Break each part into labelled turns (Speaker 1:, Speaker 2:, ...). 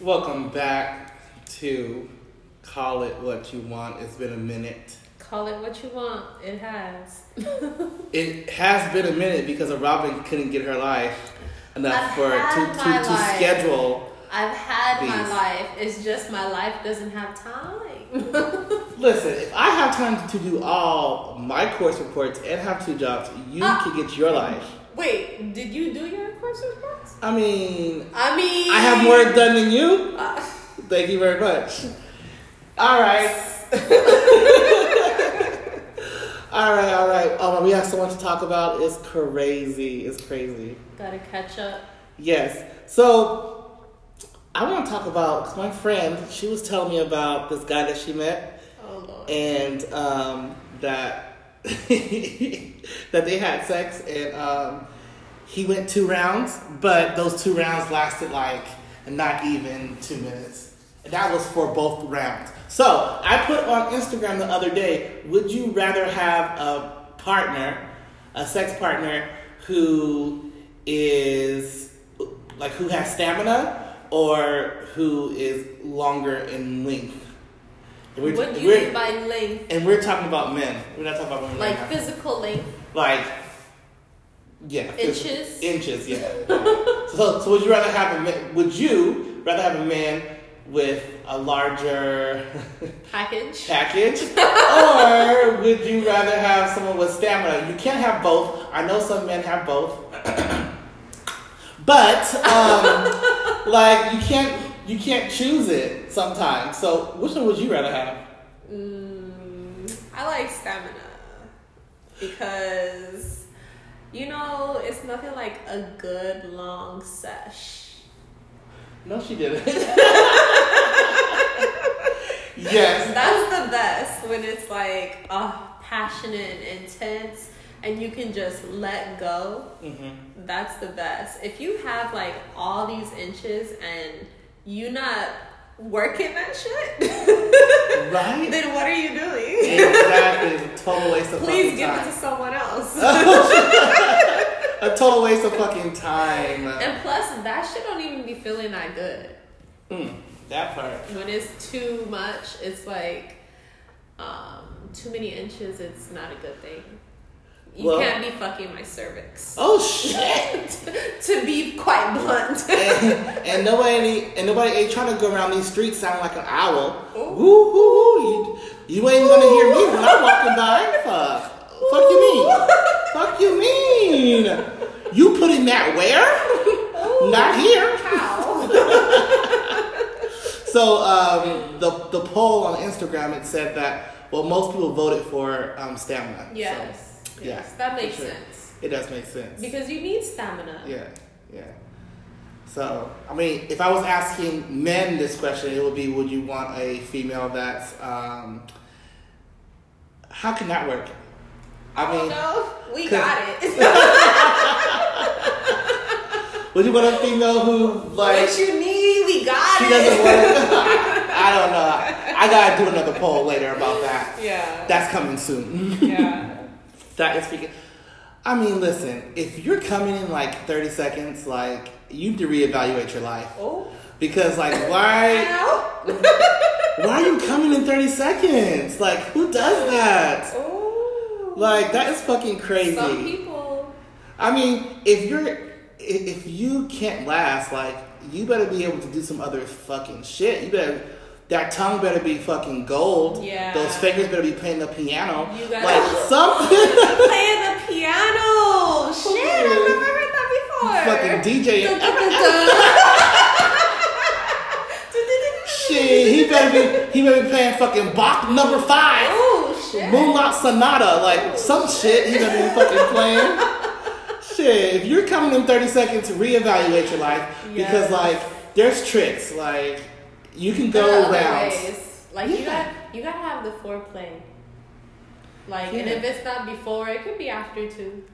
Speaker 1: Welcome back to Call It What You Want. It's been a minute.
Speaker 2: Call it what you want. It has.
Speaker 1: It has been a minute because Robin couldn't get her life enough
Speaker 2: I've
Speaker 1: for
Speaker 2: had
Speaker 1: to,
Speaker 2: my
Speaker 1: to, to
Speaker 2: life.
Speaker 1: schedule.
Speaker 2: I've had my
Speaker 1: Please.
Speaker 2: life. It's just my life doesn't have time.
Speaker 1: Listen, if I have time to do all my course reports and have two jobs, you
Speaker 2: Ah.
Speaker 1: can get your life.
Speaker 2: Wait, did you do your course reports?
Speaker 1: I mean,
Speaker 2: I mean,
Speaker 1: I have more done than you.
Speaker 2: Uh,
Speaker 1: Thank you very much. All right. all right, all right. Oh, we have so much to talk about. It's crazy. It's crazy.
Speaker 2: gotta catch up.
Speaker 1: Yes. So I want to talk about 'cause my friend. She was telling me about this guy that she met,
Speaker 2: Oh lord.
Speaker 1: and um, that that they had sex, and um, he went two rounds, but those two rounds lasted like not even two minutes. And that was for both rounds. So I put on Instagram the other day: Would you rather have a partner, a sex partner, who is like who has stamina, or who is longer in length? And we're-
Speaker 2: what do you
Speaker 1: we're-
Speaker 2: mean by length?
Speaker 1: and we're talking about men. We're not talking about women. right
Speaker 2: Like
Speaker 1: now.
Speaker 2: physical length?
Speaker 1: Like, yeah, physical-
Speaker 2: Inches?
Speaker 1: Inches, yeah. so, so would you rather have a man, would you rather have a man with a larger
Speaker 2: Package?
Speaker 1: package, or would you rather have someone with stamina? You can't have both. I know some men have both, but um, like you can't you can't choose it sometimes. So, which one would you rather have?
Speaker 2: Mm, I like stamina because you know it's nothing like a good long sesh.
Speaker 1: No, she didn't. yes.
Speaker 2: That's the best when it's like uh, passionate and intense and you can just let go.
Speaker 1: Mm-hmm.
Speaker 2: That's the best. If you have like all these inches and you not working that shit,
Speaker 1: Right?
Speaker 2: then what are you doing?
Speaker 1: Exactly. It's a total waste of
Speaker 2: Please
Speaker 1: fucking
Speaker 2: give it
Speaker 1: time.
Speaker 2: to someone else.
Speaker 1: a total waste of fucking time.
Speaker 2: and plus, that shit don't even be feeling that good.
Speaker 1: Mm, that part.
Speaker 2: When it's too much, it's like um, too many inches. It's not a good thing. You
Speaker 1: Well-
Speaker 2: can't be fucking my cervix.
Speaker 1: Oh shit.
Speaker 2: to be quite blunt.
Speaker 1: and, and nobody and nobody ain't trying to go around these streets sounding like an owl.
Speaker 2: Ooh.
Speaker 1: Woo hoo hoo. You, you ain't gonna hear me when I'm walking by. Fuck. Fuck you mean? Fuck you mean? You putting that where?
Speaker 2: Oh.
Speaker 1: Not here.
Speaker 2: How?
Speaker 1: So um, the the poll on Instagram it said that well most people voted for um, stamina. So,
Speaker 2: Yes. yes.
Speaker 1: yeah,
Speaker 2: That
Speaker 1: for
Speaker 2: makes
Speaker 1: sure.
Speaker 2: sense.
Speaker 1: it does make sense.
Speaker 2: Because you need stamina.
Speaker 1: Yeah, yeah. So, I mean, if I was asking men this question, it would be would you want a female that's. Um, how can that work? I
Speaker 2: Oh
Speaker 1: mean,
Speaker 2: no, we
Speaker 1: could-
Speaker 2: got it.
Speaker 1: would you want a female who, like,
Speaker 2: what
Speaker 1: she
Speaker 2: you need, we got
Speaker 1: doesn't
Speaker 2: it.
Speaker 1: work? I don't know. I gotta do another poll later about that.
Speaker 2: Yeah.
Speaker 1: That's coming soon.
Speaker 2: yeah.
Speaker 1: That is freaking. I mean, listen, if you're coming in like 30 seconds, like, you need to reevaluate your life.
Speaker 2: Oh.
Speaker 1: Because, like, why.
Speaker 2: Ow.
Speaker 1: Why are you coming in 30 seconds? Like, who does that?
Speaker 2: Oh.
Speaker 1: Like, that is fucking crazy.
Speaker 2: Some people.
Speaker 1: I mean, if you're, i- if you can't last, like, you better be able to do some other fucking shit. You better, that tongue better be fucking gold.
Speaker 2: Yeah.
Speaker 1: Those fingers better be playing the piano.
Speaker 2: You gotta-
Speaker 1: like, something.
Speaker 2: Playing the piano. Shit, I've never heard
Speaker 1: fucking
Speaker 2: that before.
Speaker 1: DJ.
Speaker 2: Dun,
Speaker 1: and-
Speaker 2: dun, dun, dun.
Speaker 1: Shit, he better be, he better be playing fucking Bach number five.
Speaker 2: Oh shit.
Speaker 1: Moonlight Sonata, like some shit he doesn't even fucking playing. shit, if you're coming in 30 seconds, reevaluate your life because
Speaker 2: Yes.
Speaker 1: like there's tricks. Like you can go
Speaker 2: There are other
Speaker 1: rounds.
Speaker 2: ways. Like you
Speaker 1: Yeah.
Speaker 2: got you gotta have the foreplay. Like and
Speaker 1: Yeah.
Speaker 2: if it's not before, it could be after too.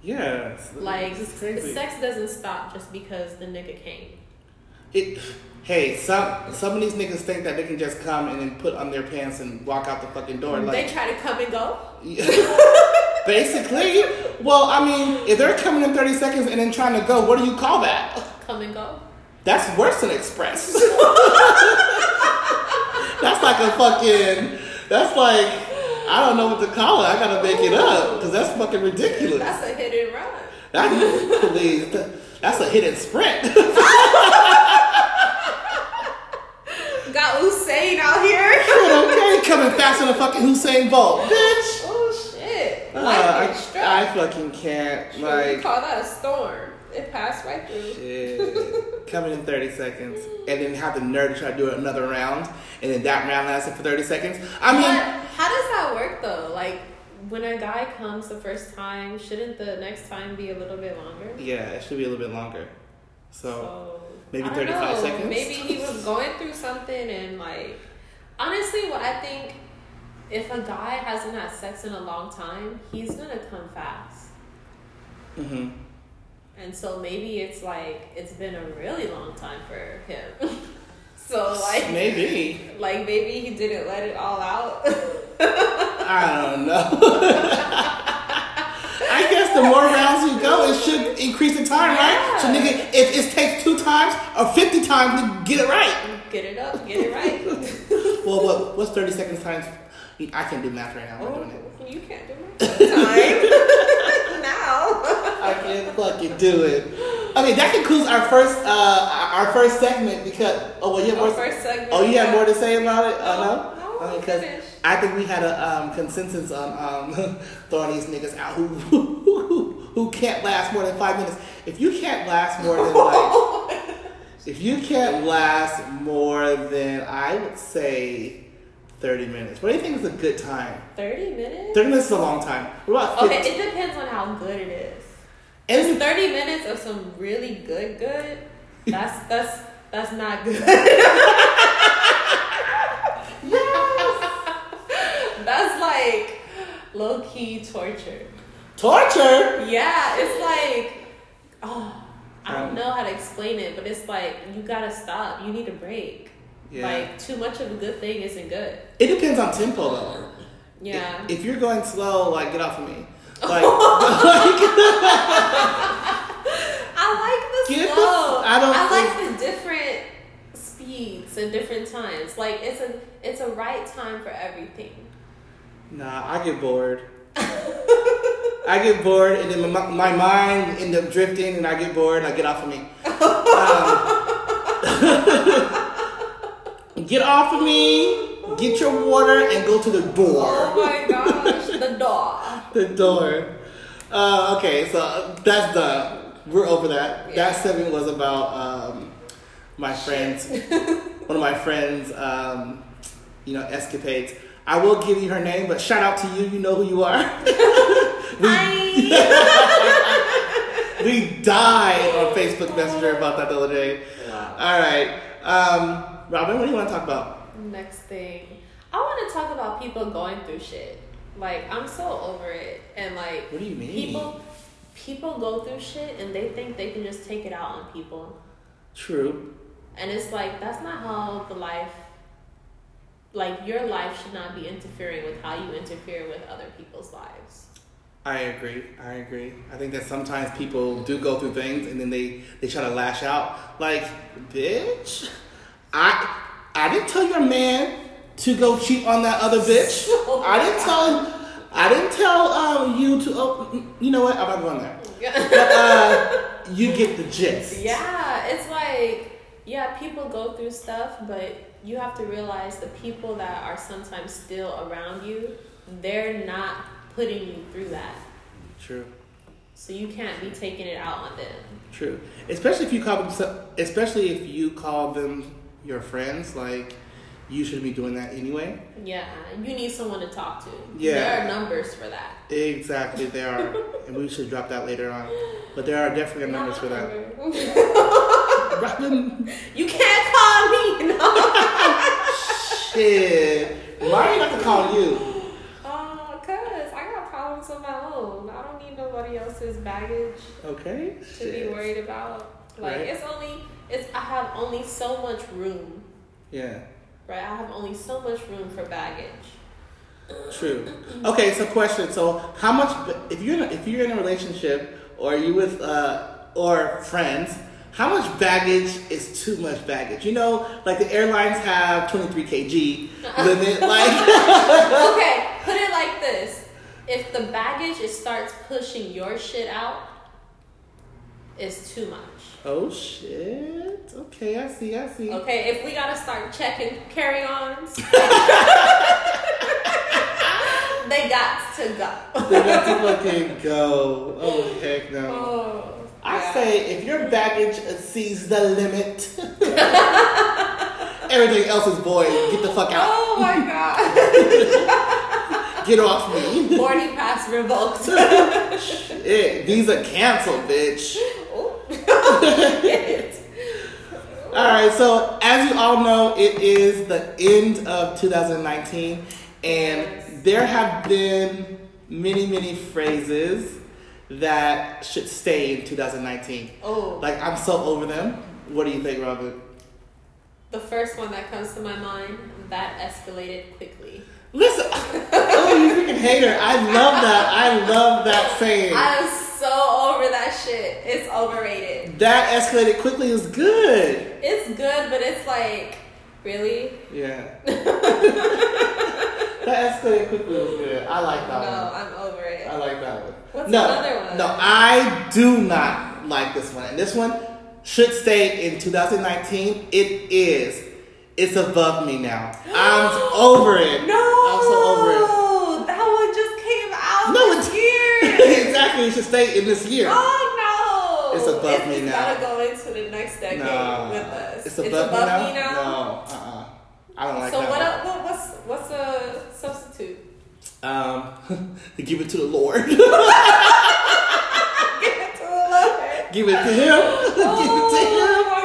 Speaker 1: Yeah, it's-
Speaker 2: Like
Speaker 1: it's crazy.
Speaker 2: sex doesn't stop just because the nigga came.
Speaker 1: It, hey, some some of these niggas think that they can just come and then put on their pants and walk out the fucking door. Like
Speaker 2: they try to come and go.
Speaker 1: basically. Well, I mean, if they're coming in 30 seconds and then trying to go, what do you call that?
Speaker 2: Come and go.
Speaker 1: That's worse than express. that's like a fucking. That's like I don't know what to call it. I gotta make it up because that's fucking ridiculous.
Speaker 2: That's a hit and run.
Speaker 1: That, please, that's a hidden sprint.
Speaker 2: Got Usain out here.
Speaker 1: okay, coming faster than fucking Hussein Bolt, bitch.
Speaker 2: Oh shit!
Speaker 1: Uh,
Speaker 2: Lightning
Speaker 1: I,
Speaker 2: struck.
Speaker 1: I fucking can't.
Speaker 2: Should we
Speaker 1: Like,
Speaker 2: call that a storm. It passed right through.
Speaker 1: shit. coming in 30 seconds, and then have the nerve to try to do another round, and then that round lasted for 30 seconds. I mean,
Speaker 2: But how does that work though? Like when a guy comes the first time, shouldn't the next time be a little bit longer?
Speaker 1: yeah, it should be a little bit longer. So,
Speaker 2: So,
Speaker 1: Oh, maybe
Speaker 2: I don't
Speaker 1: 35
Speaker 2: know.
Speaker 1: seconds?
Speaker 2: Maybe he was going through something and like honestly, what I think if a guy hasn't had sex in a long time, he's gonna come fast.
Speaker 1: hmm
Speaker 2: And so maybe it's like it's been a really long time for him. so like
Speaker 1: maybe.
Speaker 2: like maybe he didn't let it all out.
Speaker 1: I don't know. I guess the more rounds you go, it should increase the time, right? So,
Speaker 2: Yeah.
Speaker 1: nigga, if it takes two times or 50 times to get it right.
Speaker 2: get it up, get it right.
Speaker 1: Well, what, what's 30 seconds times? I can't do math right now. I'm not doing it.
Speaker 2: Oh, you can't do it. Time now.
Speaker 1: I can't fucking do it. Okay, that concludes our first uh, our first segment because oh well you have
Speaker 2: Our
Speaker 1: more
Speaker 2: first segment.
Speaker 1: oh you have more to say about it uh, no
Speaker 2: No, no,
Speaker 1: Okay, 'cause
Speaker 2: finish.
Speaker 1: I think we had a um, consensus on um, throwing these niggas out who, who who can't last more than five minutes if you can't last more than like if you can't last more than I would say thirty minutes what do you think is a good time
Speaker 2: Thirty minutes.
Speaker 1: Thirty minutes is a long time. What about
Speaker 2: Okay,
Speaker 1: fifteen?
Speaker 2: it depends on how good it is.
Speaker 1: And it's-
Speaker 2: Thirty minutes of some really good good. That's that's that's not good. that's like low key torture.
Speaker 1: torture.
Speaker 2: Yeah, it's like, oh, I
Speaker 1: Um,
Speaker 2: don't know how to explain it, but it's like you gotta stop. You need a break.
Speaker 1: Yeah.
Speaker 2: Like too much of a good thing isn't good.
Speaker 1: It depends on tempo though.
Speaker 2: Yeah.
Speaker 1: If, if you're going slow, like get off of me. Like, like
Speaker 2: I like the
Speaker 1: Get the-
Speaker 2: slow.
Speaker 1: I don't
Speaker 2: I like the different speeds and different times. Like it's a it's a right time for everything.
Speaker 1: nah, I get bored. I get bored, and then my, my mind end up drifting, and I get bored. and I get off of me. Um, get off of me. Get your water and go to the
Speaker 2: Oh
Speaker 1: door.
Speaker 2: my gosh, the dog.
Speaker 1: The door. Uh, okay, so that's done. We're over that. That segment was about um, my friends one of my friends, um, you know, escapades. I will give you her name, but shout out to you. You know who you are.
Speaker 2: Hi.
Speaker 1: we died on Facebook Messenger about that the other day. All right, um, Robin, what do you want to talk about?
Speaker 2: Next thing, I want to talk about people going through shit. Like I'm so over it, and like
Speaker 1: What do you mean?
Speaker 2: people people go through shit and they think they can just take it out on people,
Speaker 1: True.
Speaker 2: and it's like that's not how the life. Like your life should not be interfering with how you interfere with other people's lives.
Speaker 1: I agree. I agree. I think that sometimes people do go through things and then they they try to lash out. Like, bitch, I I didn't tell your man to go cheat on that other bitch.
Speaker 2: Oh
Speaker 1: I didn't tell him. I didn't tell um, you to. Oh, you know what? I'm not going there. But uh, you get the gist.
Speaker 2: Yeah, it's like yeah, people go through stuff, but you have to realize the people that are sometimes still around you, they're not putting you through that.
Speaker 1: True.
Speaker 2: So you can't be taking it out on them.
Speaker 1: True. Especially if you call them. Especially if you call them your friends. Like, you shouldn't be doing that anyway.
Speaker 2: Yeah, you need someone to talk to.
Speaker 1: Yeah.
Speaker 2: There are numbers for that.
Speaker 1: Exactly, there are, and we should drop that later on. But there are definitely numbers for that. Robin,
Speaker 2: you can't call me. No.
Speaker 1: shit, why are you not to call you?
Speaker 2: Uh, Cause I got problems of my own. I don't need nobody else's baggage.
Speaker 1: Okay,
Speaker 2: to be
Speaker 1: shit.
Speaker 2: worried about. Like
Speaker 1: Right.
Speaker 2: it's only it's I have only so much room,
Speaker 1: Yeah,
Speaker 2: right? I have only so much room for baggage.
Speaker 1: true. Okay, so question. So, how much if you're in a, if you're in a relationship or you with uh, or friends, How much baggage is too much baggage? You know, like the airlines have 23 kg limit. Like,
Speaker 2: okay, put it like this: if the baggage it starts pushing your shit out, it's too much.
Speaker 1: oh shit. Okay, I see, I see.
Speaker 2: Okay, if we gotta start checking carry-ons, they got to go.
Speaker 1: They got to fucking go. Oh heck no.
Speaker 2: Oh,
Speaker 1: I
Speaker 2: yeah.
Speaker 1: say if your baggage exceeds the limit, everything else is void. Get the fuck out.
Speaker 2: Oh my god!
Speaker 1: Get off me.
Speaker 2: Boarding pass revoked.
Speaker 1: Shit, Visa cancel, bitch.
Speaker 2: Oh, shit.
Speaker 1: All right, so as you all know, it is the end of 2019, and there have been many, many phrases that should stay in 2019.
Speaker 2: Oh,
Speaker 1: Like, I'm so over them. What do you think, Robert?
Speaker 2: the first one that comes to my mind that escalated quickly.
Speaker 1: Listen, oh, you freaking hater. I love that. I love that saying.
Speaker 2: I'm so over that shit. It's overrated.
Speaker 1: that escalated quickly is good.
Speaker 2: It's good, but it's like, really?
Speaker 1: Yeah. that escalated quickly was good. I like that
Speaker 2: No,
Speaker 1: one.
Speaker 2: I'm over it.
Speaker 1: I like that one.
Speaker 2: What's
Speaker 1: Um, uh, no,
Speaker 2: another one?
Speaker 1: no, I do not like this one. And this one should stay in 2019. It is. It's above me now. I'm over it.
Speaker 2: No,
Speaker 1: I'm so over it.
Speaker 2: That one just came out
Speaker 1: No,
Speaker 2: this
Speaker 1: it's-
Speaker 2: year.
Speaker 1: exactly. It should stay in this year.
Speaker 2: oh no,
Speaker 1: It's above
Speaker 2: It's-
Speaker 1: me
Speaker 2: it's
Speaker 1: now.
Speaker 2: gotta go into the next decade
Speaker 1: No.
Speaker 2: with us.
Speaker 1: It's above, me, now? No. Uh-uh. I don't like
Speaker 2: so
Speaker 1: that.
Speaker 2: what,
Speaker 1: one.
Speaker 2: el- what? What's what's a substitute?
Speaker 1: Um, give it to the Lord.
Speaker 2: Give it to the Lord.
Speaker 1: give it to Him.
Speaker 2: Oh
Speaker 1: give
Speaker 2: my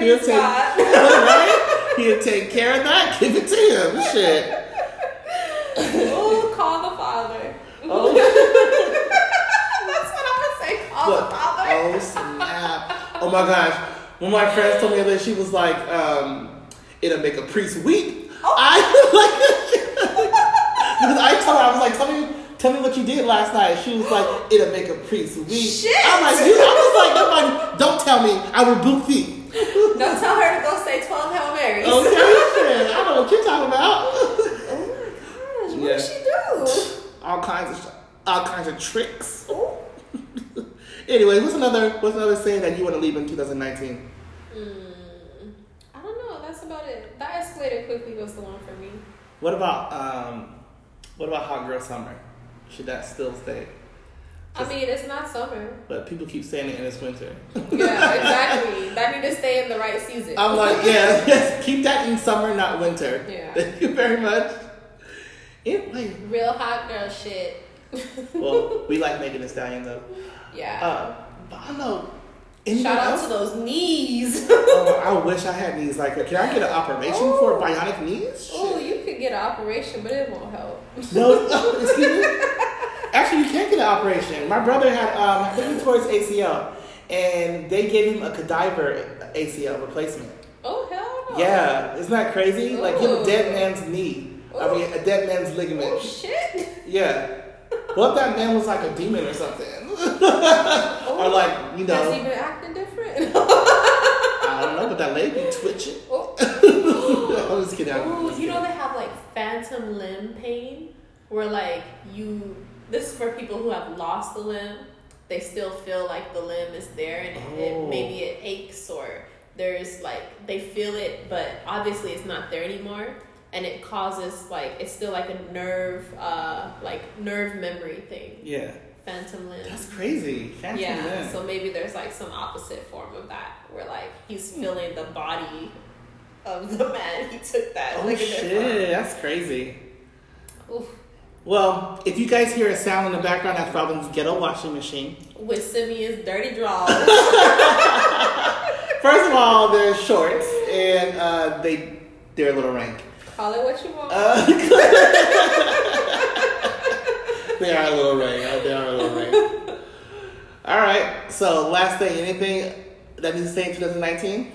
Speaker 2: gosh!
Speaker 1: He'll
Speaker 2: Praise
Speaker 1: take-
Speaker 2: God.
Speaker 1: it to Him. right? He'll take care of that. Give it to Him. Shit.
Speaker 2: Ooh, call the Father.
Speaker 1: Oh,
Speaker 2: That's what I'm gonna say. Call
Speaker 1: look.
Speaker 2: the Father.
Speaker 1: oh snap. Oh my gosh. One of my friends told me that she was like, um, it'll make a priest weep.
Speaker 2: Oh.
Speaker 1: I like because I told her I was like, tell me, tell me what you did last night. She was like, it'll make a priest weep.
Speaker 2: Shit.
Speaker 1: I'm like, you, I was like, nobody, don't tell me. I rebuke thee.
Speaker 2: Don't tell her to go say 12 Hail Marys.
Speaker 1: Okay, shit. I know what you're talking about.
Speaker 2: Oh my gosh, what
Speaker 1: Yeah.
Speaker 2: did she do?
Speaker 1: All kinds of all kinds of tricks.
Speaker 2: Ooh.
Speaker 1: Anyway, what's another what's another saying that you want to leave in 2019?
Speaker 2: Mm, I don't know. That's about it. That escalated quickly was the one for me.
Speaker 1: What about um what about hot girl summer? Should that still stay?
Speaker 2: I mean, it's not summer.
Speaker 1: But people keep saying it and it's winter.
Speaker 2: Yeah, exactly. that need to stay in the right season.
Speaker 1: I'm like, yeah, yes, keep that in summer, not winter.
Speaker 2: Yeah.
Speaker 1: Thank you very much. Anyway,
Speaker 2: Real hot girl shit.
Speaker 1: well, we like making a stallion though.
Speaker 2: yeah.
Speaker 1: Uh, but I don't know. anyone
Speaker 2: Shout out
Speaker 1: else?
Speaker 2: to those knees.
Speaker 1: Oh, I wish I had knees like that. Can I get an operation for bionic knees?
Speaker 2: Oh,
Speaker 1: Shit.
Speaker 2: you could get an operation, but it won't help.
Speaker 1: No, excuse me. Actually, you can't get an operation. My brother had, um, I think he tore his ACL, and they gave him a cadaver ACL replacement.
Speaker 2: Oh, hell no.
Speaker 1: Yeah, isn't that crazy? Like, you have a dead man's knee. I
Speaker 2: Ooh.
Speaker 1: mean, a dead man's
Speaker 2: Oh,
Speaker 1: ligament.
Speaker 2: shit.
Speaker 1: Yeah. What if that man was like a demon or something?
Speaker 2: Oh,
Speaker 1: Or like, you
Speaker 2: Has he
Speaker 1: know,
Speaker 2: been acting different?
Speaker 1: I don't know, but that leg be twitching.
Speaker 2: Oh.
Speaker 1: I'm just kidding. I'm
Speaker 2: Ooh,
Speaker 1: just
Speaker 2: you know
Speaker 1: kidding.
Speaker 2: they have like phantom limb pain, where like you. This is for people who have lost a limb. They still feel like the limb is there, and it,
Speaker 1: Oh.
Speaker 2: it, maybe it aches or there's like they feel it, but obviously it's not there anymore, and it causes like it's still like a nerve, uh, like nerve memory thing.
Speaker 1: Yeah.
Speaker 2: Phantom limb.
Speaker 1: That's crazy. Fancy
Speaker 2: yeah,
Speaker 1: limb.
Speaker 2: so maybe there's like some opposite form of that where like he's
Speaker 1: Hmm.
Speaker 2: feeling the body of the man he took that.
Speaker 1: Oh
Speaker 2: Look at that
Speaker 1: shit, that's crazy.
Speaker 2: Oof.
Speaker 1: Well, if you guys hear a sound in the background, that's Robin's ghetto washing machine.
Speaker 2: With Simeon's dirty draws.
Speaker 1: First of all, they're shorts and uh, they they're a little rank.
Speaker 2: Call it what you want.
Speaker 1: Uh, they are a little rank. Uh, They are a little rank. All right. So last thing, anything that needs to stay in 2019?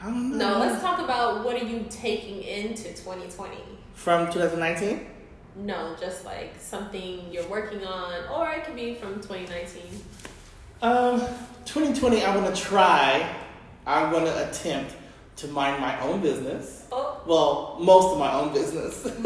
Speaker 1: I don't know.
Speaker 2: no, let's talk about what are you taking into 2020.
Speaker 1: from 2019.
Speaker 2: No, just like something you're working on, or it could be from 2019.
Speaker 1: Um, 2020, I want to try, I want to attempt to mind my own business.
Speaker 2: Oh,
Speaker 1: Well, most of my own business.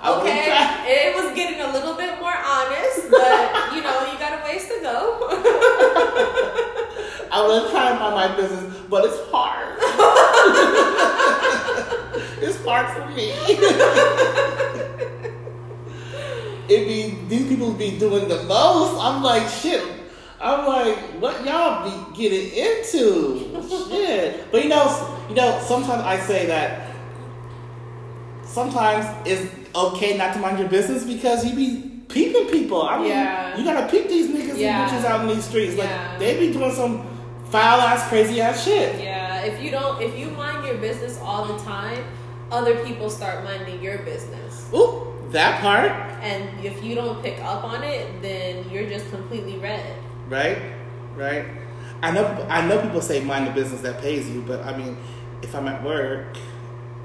Speaker 1: I wanna
Speaker 2: okay.
Speaker 1: try-
Speaker 2: It was getting a little bit more honest, but you know, you got a ways to go.
Speaker 1: I want to try and mind my business, but it's hard. it's hard for me. it be these people be doing the most. I'm like shit. I'm like, what y'all be getting into? shit. But you know, you know. Sometimes I say that. Sometimes it's okay not to mind your business because you be peeping people. I mean,
Speaker 2: Yeah.
Speaker 1: you gotta peep these niggas
Speaker 2: Yeah.
Speaker 1: and bitches out in these streets.
Speaker 2: Yeah.
Speaker 1: Like they be doing some foul ass, crazy ass shit.
Speaker 2: yeah, if you don't, if you mind your business all the time, other people start minding your business.
Speaker 1: Ooh, that part,
Speaker 2: And if you don't pick up on it, then you're just completely red.
Speaker 1: right? Right. I know. I know people say mind the business that pays you, but I mean, if I'm at work,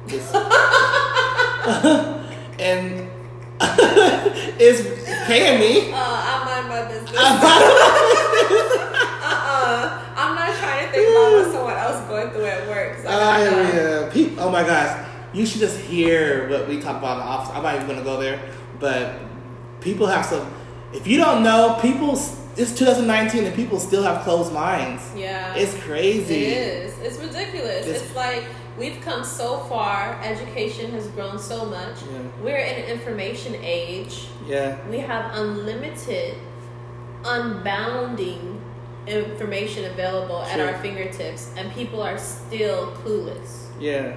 Speaker 1: it's and it's paying me.
Speaker 2: Uh, I mind my business.
Speaker 1: I
Speaker 2: Uh-uh. I'm not trying to think about what someone else going through at work. So uh,
Speaker 1: Ah, yeah. Pe- oh my gosh, you should just hear what we talk about in the office. I'm not even gonna go there, but people have some. If you don't know, people. s- It's 2019 and people still have closed minds.
Speaker 2: yeah.
Speaker 1: It's crazy.
Speaker 2: It is. It's ridiculous.
Speaker 1: This-
Speaker 2: It's, like we've come so far. Education has grown so much.
Speaker 1: Yeah.
Speaker 2: We're in an information age.
Speaker 1: Yeah.
Speaker 2: We have unlimited, unbounding information available
Speaker 1: True.
Speaker 2: at our fingertips, and people are still clueless.
Speaker 1: Yeah.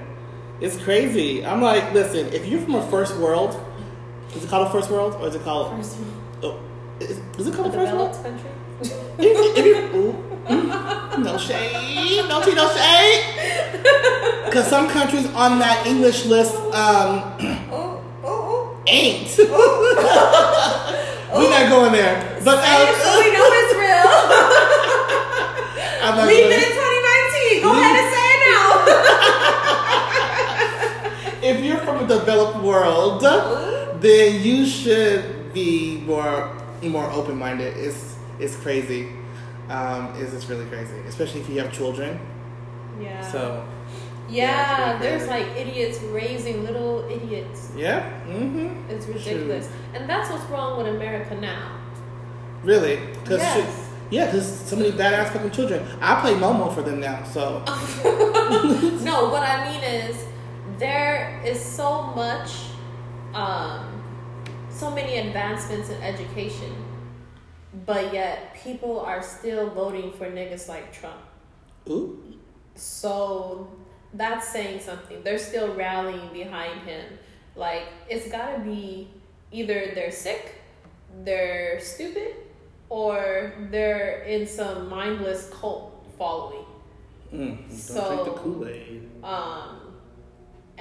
Speaker 1: It's crazy. I'm like, listen, if you're from a first world, is it called a first world or is it called?
Speaker 2: First
Speaker 1: Oh, is, is it
Speaker 2: a
Speaker 1: called a first world?
Speaker 2: developed country.
Speaker 1: If, if you ooh, mm, no shade, no tea, no shade. Because some countries on that English list um,
Speaker 2: Oh, oh,
Speaker 1: ain't. We're not going there. But
Speaker 2: oh. Hey, so
Speaker 1: um,
Speaker 2: we know it's real.
Speaker 1: I'm not
Speaker 2: Leave
Speaker 1: gonna-
Speaker 2: it in 2019. Go ahead and say it now.
Speaker 1: if you're from a developed world, then you should be more more open minded. It's it's crazy. Um, it's just really crazy, especially if you have children.
Speaker 2: Yeah.
Speaker 1: So Yeah, it's really
Speaker 2: yeah, there's like idiots raising little idiots.
Speaker 1: yeah, mm-hmm.
Speaker 2: It's
Speaker 1: True.
Speaker 2: ridiculous. And that's what's wrong with America now.
Speaker 1: really, because
Speaker 2: Yes.
Speaker 1: yeah, because so many badass fucking children. I play Momo for them now, so
Speaker 2: no, what I mean is there is so much, um, so many advancements in education, but yet people are still voting for niggas like Trump.
Speaker 1: ooh,
Speaker 2: So that's saying something. They're still rallying behind him. Like it's gotta be either they're sick, they're stupid, or they're in some mindless cult following.
Speaker 1: mm, don't
Speaker 2: So-
Speaker 1: drink the Kool Aid.
Speaker 2: Um,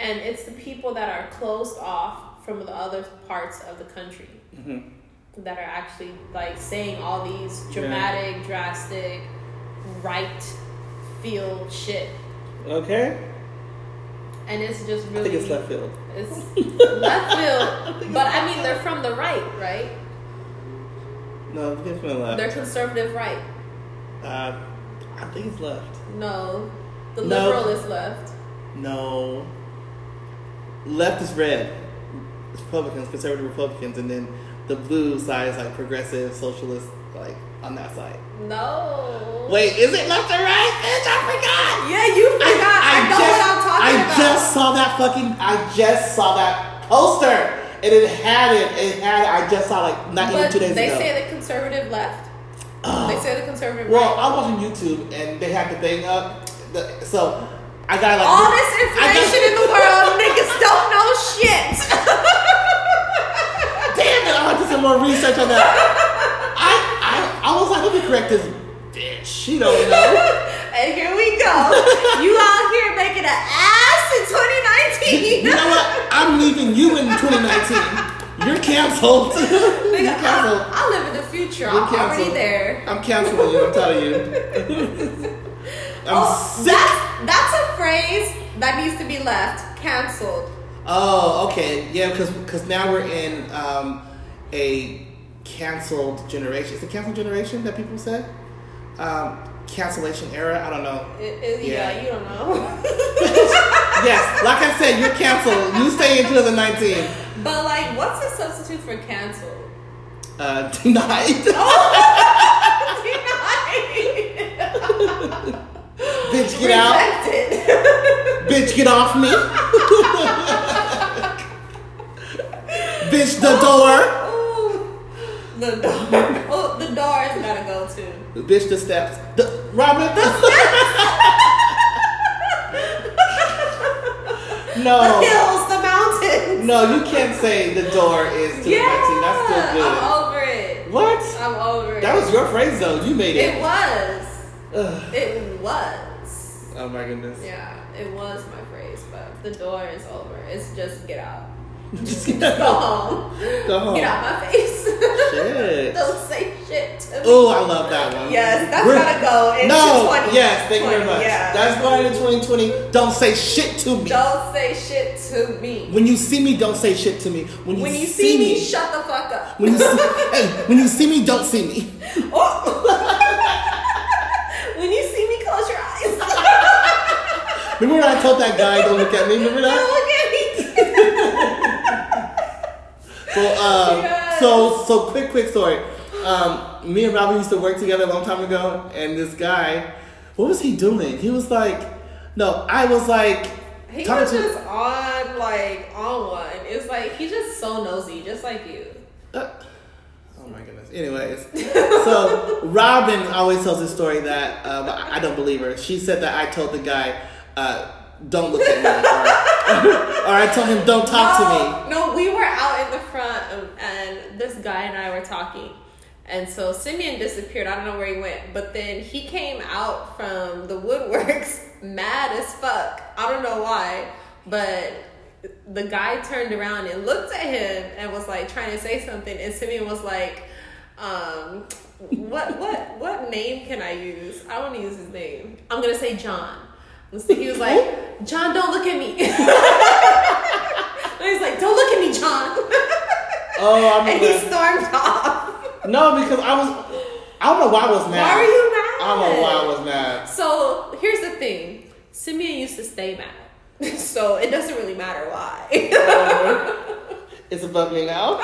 Speaker 2: and it's the people that are closed off from the other parts of the country
Speaker 1: Mhm.
Speaker 2: that are actually like saying all these
Speaker 1: Yeah.
Speaker 2: dramatic, drastic, right field shit.
Speaker 1: Okay,
Speaker 2: And it's just really
Speaker 1: I think it's left field.
Speaker 2: It's left field, but I mean they're from the right, right?
Speaker 1: No, I think it's been left.
Speaker 2: They're conservative right.
Speaker 1: Uh, I think it's left.
Speaker 2: No, the
Speaker 1: No.
Speaker 2: liberal is left.
Speaker 1: No. Left is red. It's Republicans, conservative Republicans, and then the blue side is like progressive, socialist, like on that side.
Speaker 2: No.
Speaker 1: Wait, is it left or right? Bitch, I forgot.
Speaker 2: Yeah, you forgot. I, know what I'm talking
Speaker 1: I
Speaker 2: about.
Speaker 1: just saw that fucking. I just saw that poster, and it had it. It had. I just saw like not even
Speaker 2: But
Speaker 1: two days
Speaker 2: they
Speaker 1: ago.
Speaker 2: say the conservative left.
Speaker 1: Oh.
Speaker 2: They say the conservative
Speaker 1: well,
Speaker 2: right.
Speaker 1: I was watching YouTube, and they had the thing up. The, so I got like
Speaker 2: All this
Speaker 1: I got-
Speaker 2: information in the world, niggas don't know shit.
Speaker 1: Damn it! I want to do some more research on that. I, I, I was like, let me correct this bitch. She don't know.
Speaker 2: and here we go. You out here making an ass in
Speaker 1: You
Speaker 2: 2019.
Speaker 1: know what? I'm leaving you in 2019. You're canceled. You're
Speaker 2: Nigga, I,
Speaker 1: canceled.
Speaker 2: I live in the
Speaker 1: You're
Speaker 2: future. I'm already
Speaker 1: canceled.
Speaker 2: there.
Speaker 1: I'm canceling you. I'm telling you. I'm
Speaker 2: oh,
Speaker 1: sick.
Speaker 2: That's, that's a phrase that needs to be left. Cancelled.
Speaker 1: Oh, okay. Yeah, because now we're in um, a canceled generation. Is it canceled generation that people said? um, cancellation era. I don't know.
Speaker 2: It, it,
Speaker 1: Yeah.
Speaker 2: yeah. you don't know.
Speaker 1: Yes, like I said, you're canceled. You stay in 2019.
Speaker 2: but like, what's a substitute for canceled?
Speaker 1: Uh, denied. Bitch, get out.
Speaker 2: Rejected.
Speaker 1: Bitch, get off me. Bitch, the door.
Speaker 2: Ooh, the door. Oh, the door is gotta go too.
Speaker 1: Bitch, the steps. The, Robin,
Speaker 2: The
Speaker 1: no.
Speaker 2: hills, the mountains.
Speaker 1: No, you can't say the door is 2019. That's still good.
Speaker 2: I'm over it.
Speaker 1: What?
Speaker 2: I'm over it.
Speaker 1: That was your phrase though. You made
Speaker 2: oh. It
Speaker 1: it.
Speaker 2: was.
Speaker 1: Ugh.
Speaker 2: It was.
Speaker 1: Oh my goodness.
Speaker 2: Yeah, it was my phrase, but the door is over. It's just get out.
Speaker 1: Just get
Speaker 2: Go
Speaker 1: out.
Speaker 2: home.
Speaker 1: Go home.
Speaker 2: Get out my face.
Speaker 1: Shit.
Speaker 2: Don't say shit to me.
Speaker 1: Oh, I love that one.
Speaker 2: Yes, that's
Speaker 1: We're-
Speaker 2: gotta go into
Speaker 1: No.
Speaker 2: 20.
Speaker 1: Yes, thank you very
Speaker 2: 20,
Speaker 1: much.
Speaker 2: Yeah.
Speaker 1: That's going into 2020. Don't say shit to me.
Speaker 2: Don't say shit to me.
Speaker 1: When you see me, don't say shit to me. When you,
Speaker 2: When you see me, shut the fuck up.
Speaker 1: when you see, hey, when you see me, don't see me.
Speaker 2: Oh. when you see me, close your eyes.
Speaker 1: Remember when I told that guy don't look at me? Remember
Speaker 2: Don't
Speaker 1: that?
Speaker 2: look at me.
Speaker 1: So, um,
Speaker 2: Yes.
Speaker 1: so, so quick, quick story. Um, me and Robin used to work together a long time ago, and this guy, what was he doing? He was like, no, I was like,
Speaker 2: He
Speaker 1: talking
Speaker 2: was just on like on one. It's like he's just so nosy, just like you.
Speaker 1: Uh, oh my goodness. Anyways, so Robin always tells this story that um, I don't believe her. She said that I told the guy, uh, "Don't look at me," or, or I told him, "Don't talk to me."
Speaker 2: no, No, we were out in the front, um, and this guy and I were talking. And so Simeon disappeared. I don't know where he went. But then he came out from the woodworks mad as fuck. I don't know why. But the guy turned around and looked at him and was like trying to say something. And Simeon was like, um, what what what name can I use? I want to use his name. I'm gonna say John. And so he was like, John, don't look at me. And he's like, "Don't look at me, John,"
Speaker 1: Oh, I'm
Speaker 2: and he
Speaker 1: gonna,
Speaker 2: stormed off.
Speaker 1: no, because I was, I don't know why I was mad.
Speaker 2: Why are you mad?
Speaker 1: I don't know why I was mad.
Speaker 2: So here's the thing: Simeon used to stay mad, so it doesn't really matter why.
Speaker 1: Um, it's above me now.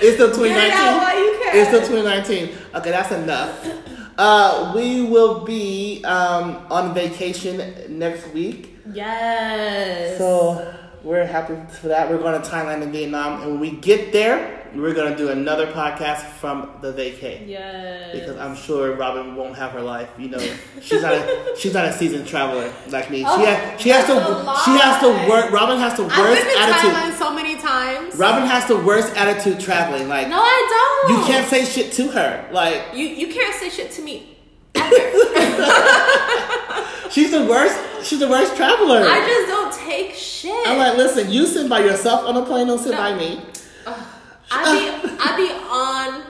Speaker 1: it's still
Speaker 2: Get it
Speaker 1: 2019.
Speaker 2: out while you can.
Speaker 1: It's still 2019. Okay, that's enough. Uh, we will be um, on vacation next week.
Speaker 2: yes.
Speaker 1: So we're happy for that. We're going to Thailand and Vietnam. And when we get there, we're going to do another podcast from the vacay.
Speaker 2: yes.
Speaker 1: Because I'm sure Robin won't have her life, you know. She's not a she's not a seasoned traveler like me.
Speaker 2: Oh,
Speaker 1: she has she has to
Speaker 2: that's a
Speaker 1: she has
Speaker 2: lie.
Speaker 1: to work. Robin has the worst
Speaker 2: I've been to
Speaker 1: attitude.
Speaker 2: Thailand so many times.
Speaker 1: Robin has the worst attitude traveling. Like
Speaker 2: no, I
Speaker 1: you
Speaker 2: don't.
Speaker 1: can't say shit to her. Like
Speaker 2: You you can't say shit to me. Ever.
Speaker 1: she's the worst. She's the worst traveler.
Speaker 2: I just don't take shit.
Speaker 1: am like, listen, you sit by yourself on a plane. Don't sit
Speaker 2: No.
Speaker 1: by me.
Speaker 2: I be I be on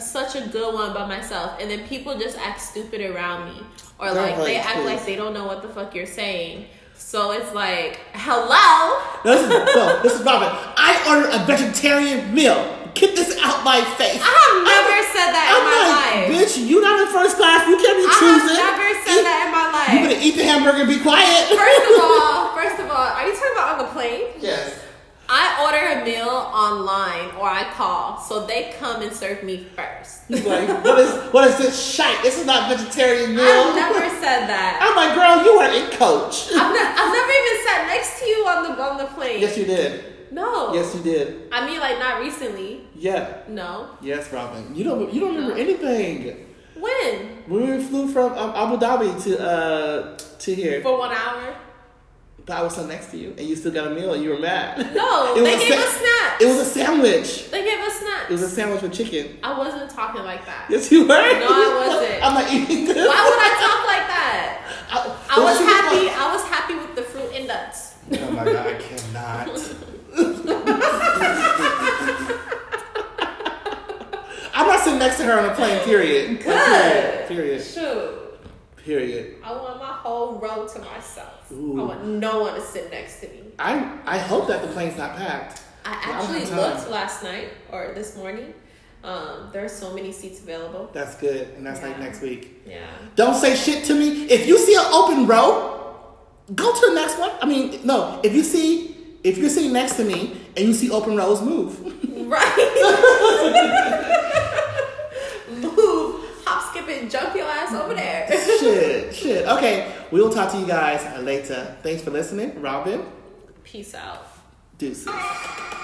Speaker 2: such a good one by myself, and then people just act stupid around me, or
Speaker 1: Girl,
Speaker 2: like they
Speaker 1: like,
Speaker 2: act
Speaker 1: please.
Speaker 2: like they don't know what the fuck you're saying. So it's like, hello,
Speaker 1: No, this is no, this is Robin. I ordered a vegetarian meal. Get this out my face.
Speaker 2: I have never said that in my
Speaker 1: I'm like,
Speaker 2: life.
Speaker 1: bitch, you not in first class. You can't be
Speaker 2: I have
Speaker 1: choosing.
Speaker 2: never said
Speaker 1: Eat-
Speaker 2: that in my
Speaker 1: You
Speaker 2: life.
Speaker 1: better eat the hamburger and be quiet.
Speaker 2: First of all, first of all, are you talking about on the plane?
Speaker 1: yes.
Speaker 2: I order a meal online or I call, so they come and serve me first.
Speaker 1: He's like, what is what is this shite? This is not vegetarian meal.
Speaker 2: I've never said that.
Speaker 1: I'm like, girl, you are in coach.
Speaker 2: I've, ne- I've never even sat next to you on the on the plane.
Speaker 1: Yes, you did.
Speaker 2: no.
Speaker 1: Yes, you did.
Speaker 2: I mean, like not recently.
Speaker 1: Yeah.
Speaker 2: No.
Speaker 1: Yes, Robin. You don't. You don't remember anything.
Speaker 2: When?
Speaker 1: When we flew from um, Abu Dhabi to uh to here,
Speaker 2: For one hour?
Speaker 1: but I was still next to you, and you still got a meal, and you were mad.
Speaker 2: No.
Speaker 1: It was
Speaker 2: they
Speaker 1: a
Speaker 2: gave
Speaker 1: sa-
Speaker 2: us snacks.
Speaker 1: It was a sandwich.
Speaker 2: they gave us snacks.
Speaker 1: It was a sandwich with chicken.
Speaker 2: I wasn't talking like that.
Speaker 1: Yes, you were. No,
Speaker 2: I wasn't.
Speaker 1: I'm not eating this.
Speaker 2: Why would I talk like that?
Speaker 1: I,
Speaker 2: I was happy. I was happy with the fruit and nuts.
Speaker 1: oh my god, I cannot. I'm not sitting next to her on a plane. Period.
Speaker 2: Good.
Speaker 1: Period.
Speaker 2: Shoot.
Speaker 1: Period.
Speaker 2: I want my whole row to myself. I
Speaker 1: Ooh.
Speaker 2: want no one to sit next to me.
Speaker 1: I I hope that the plane's not packed.
Speaker 2: I
Speaker 1: I don't
Speaker 2: actually
Speaker 1: have time.
Speaker 2: looked last night or this morning. Um, there's so many seats available.
Speaker 1: That's good, and that's like
Speaker 2: Yeah.
Speaker 1: next week.
Speaker 2: Yeah.
Speaker 1: Don't say shit to me. If you see an open row, go to the next one. I mean, no. If you see, if you're sitting next to me and you see open rows, move.
Speaker 2: Right. Move, hop, skip, and jump your ass over there.
Speaker 1: shit, shit. Okay, we will talk to you guys later. Thanks for listening, Robin.
Speaker 2: Peace out.
Speaker 1: Deuces.